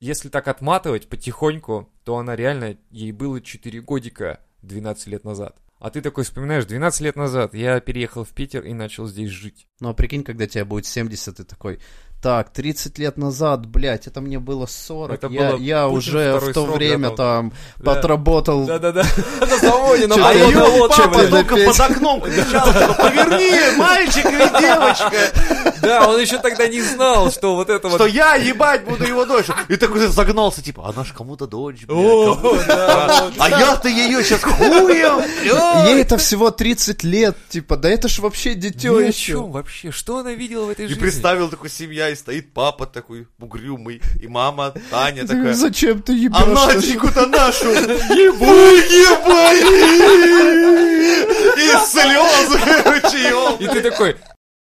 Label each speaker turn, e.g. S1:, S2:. S1: Если так отматывать потихоньку, то она реально, ей было 4 годика 12 лет назад. А ты такой вспоминаешь, 12 лет назад я переехал в Питер и начал здесь жить.
S2: Ну а прикинь, когда тебе будет 70, ты такой, так, 30 лет назад, блядь, это мне было 40,
S1: Это
S2: я,
S1: было
S2: я
S1: Путин
S2: уже
S1: второй
S2: в то
S1: срок
S2: время
S1: готов».
S2: там
S1: Да. ну, а
S2: подработал
S1: Да-да-да, на заводе, на
S2: Чё,
S1: заводе.
S2: её
S1: Вот чё,
S2: папа
S1: блядь.
S2: только под
S3: окном кричал, что поверни, мальчик или девочка,
S1: Да, он еще тогда не знал, что вот это
S3: что
S1: вот...
S3: я ебать буду его дочь. И такой загнался, типа, она ж кому-то дочь, бля,
S1: О,
S3: кому-
S1: да,
S3: А я-то ее сейчас хуем.
S2: Ей это всего 30 лет, типа, да это ж вообще дитё
S1: Ни о
S2: еще.
S1: чем вообще? Что она видела в этой
S3: И
S1: жизни?
S3: представил такой семья, и стоит папа такой угрюмый, и мама Таня такая.
S2: Зачем ты
S3: А
S2: ебёшься?
S3: Наденьку-то нашу ебали! И слезы ручьем.
S1: И ты такой,